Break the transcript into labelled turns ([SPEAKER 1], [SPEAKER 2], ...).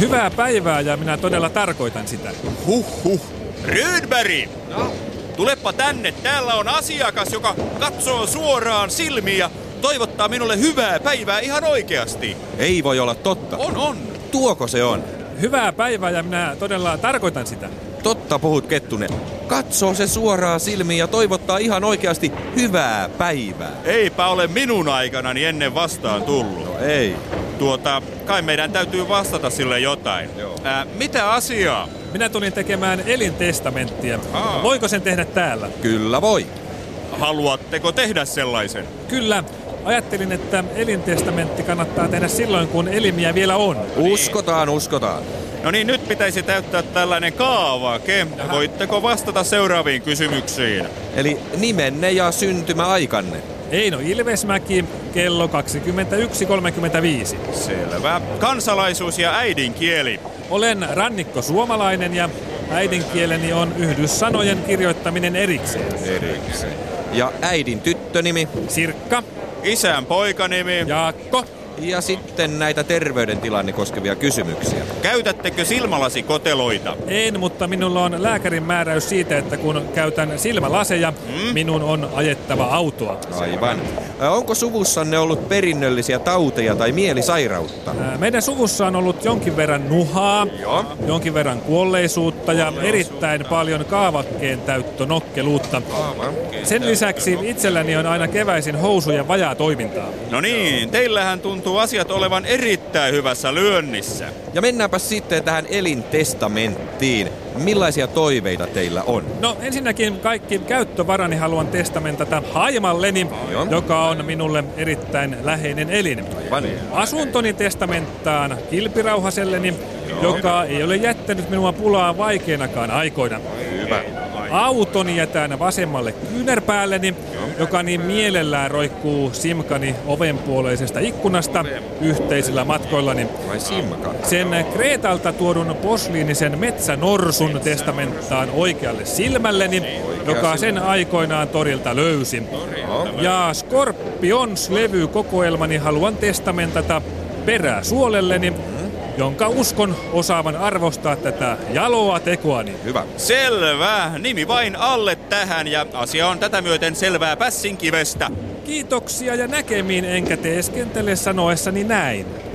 [SPEAKER 1] Hyvää päivää ja minä todella tarkoitan sitä.
[SPEAKER 2] Huh huh. Rydberg! No? Tulepa tänne, täällä on asiakas, joka katsoo suoraan silmiin ja toivottaa minulle hyvää päivää ihan oikeasti. Ei voi olla totta.
[SPEAKER 3] On, on.
[SPEAKER 2] Tuoko se on?
[SPEAKER 1] Hyvää päivää ja minä todella tarkoitan sitä.
[SPEAKER 2] Totta puhut, Kettunen. Katsoo se suoraan silmiin ja toivottaa ihan oikeasti hyvää päivää.
[SPEAKER 3] Eipä ole minun aikanani ennen vastaan tullut.
[SPEAKER 2] No ei.
[SPEAKER 3] Tuota, kai meidän täytyy vastata sille jotain.
[SPEAKER 2] Joo.
[SPEAKER 3] Ää, mitä asiaa?
[SPEAKER 1] Minä tulin tekemään elintestamenttia.
[SPEAKER 3] Aa.
[SPEAKER 1] Voiko sen tehdä täällä?
[SPEAKER 2] Kyllä voi.
[SPEAKER 3] Haluatteko tehdä sellaisen?
[SPEAKER 1] Kyllä. Ajattelin, että elintestamentti kannattaa tehdä silloin, kun elimiä vielä on.
[SPEAKER 2] Uskotaan, uskotaan.
[SPEAKER 3] No niin, nyt pitäisi täyttää tällainen kaavake.
[SPEAKER 1] Jaha.
[SPEAKER 3] Voitteko vastata seuraaviin kysymyksiin?
[SPEAKER 2] Eli nimenne ja syntymäaikanne.
[SPEAKER 1] Eino Ilvesmäki, kello 21.35.
[SPEAKER 3] Selvä. Kansalaisuus ja äidinkieli.
[SPEAKER 1] Olen rannikko suomalainen ja äidinkieleni on yhdyssanojen kirjoittaminen erikseen.
[SPEAKER 2] Erikseen. Ja äidin tyttönimi.
[SPEAKER 1] Sirkka,
[SPEAKER 3] Isän poikanimi.
[SPEAKER 1] Jaakko,
[SPEAKER 2] Ja sitten näitä terveydentilanne koskevia kysymyksiä.
[SPEAKER 3] Käytättekö silmälasikoteloita?
[SPEAKER 1] en, mutta minulla on lääkärin määräys siitä, että kun käytän silmälaseja, minun on ajettava autoa.
[SPEAKER 2] Aivan. Ä, Onko suvussanne ollut perinnöllisiä tauteja tai mielisairautta?
[SPEAKER 1] Ää, Meidän suvussa on ollut jonkin verran nuhaa,
[SPEAKER 2] Joo.
[SPEAKER 1] jonkin verran kuolleisuutta ja erittäin paljon kaavakkeen täyttönokkeluutta. Sen lisäksi itselläni on aina keväisin housujen vajaa toimintaa.
[SPEAKER 3] No niin, teillähän tuntuu asiat olevan erittäin hyvässä lyönnissä.
[SPEAKER 2] Ja mennäänpä sitten tähän elintestamenttiin. Millaisia toiveita teillä on?
[SPEAKER 1] No ensinnäkin kaikki käyttövarani haluan testamentata haimalleni,
[SPEAKER 2] Joo.
[SPEAKER 1] joka on minulle erittäin läheinen elin.
[SPEAKER 2] Aivan.
[SPEAKER 1] Asuntoni testamenttaan kilpirauhaselleni, joka ei ole jättänyt minua pulaa vaikeinakaan aikoina.
[SPEAKER 2] Hyvä.
[SPEAKER 1] Autoni jätän vasemmalle kyynärpäälleni, joka niin mielellään roikkuu simkani ovenpuoleisesta ikkunasta yhteisillä matkoillani.
[SPEAKER 2] Vai simka?
[SPEAKER 1] Sen Kreetalta tuodun posliinisen metsänorsun testamenttaan oikealle silmälleni, joka sen aikoinaan torilta löysi. Ja Scorpions-levykokoelmani haluan testamentata peräsuolelleni, jonka uskon osaavan arvostaa tätä jaloa tekoani.
[SPEAKER 2] Hyvä.
[SPEAKER 3] Selvä, nimi vain alle tähän ja asia on tätä myöten selvää pässinkivestä.
[SPEAKER 1] Kiitoksia ja näkemiin, enkä teeskentele sanoessani näin.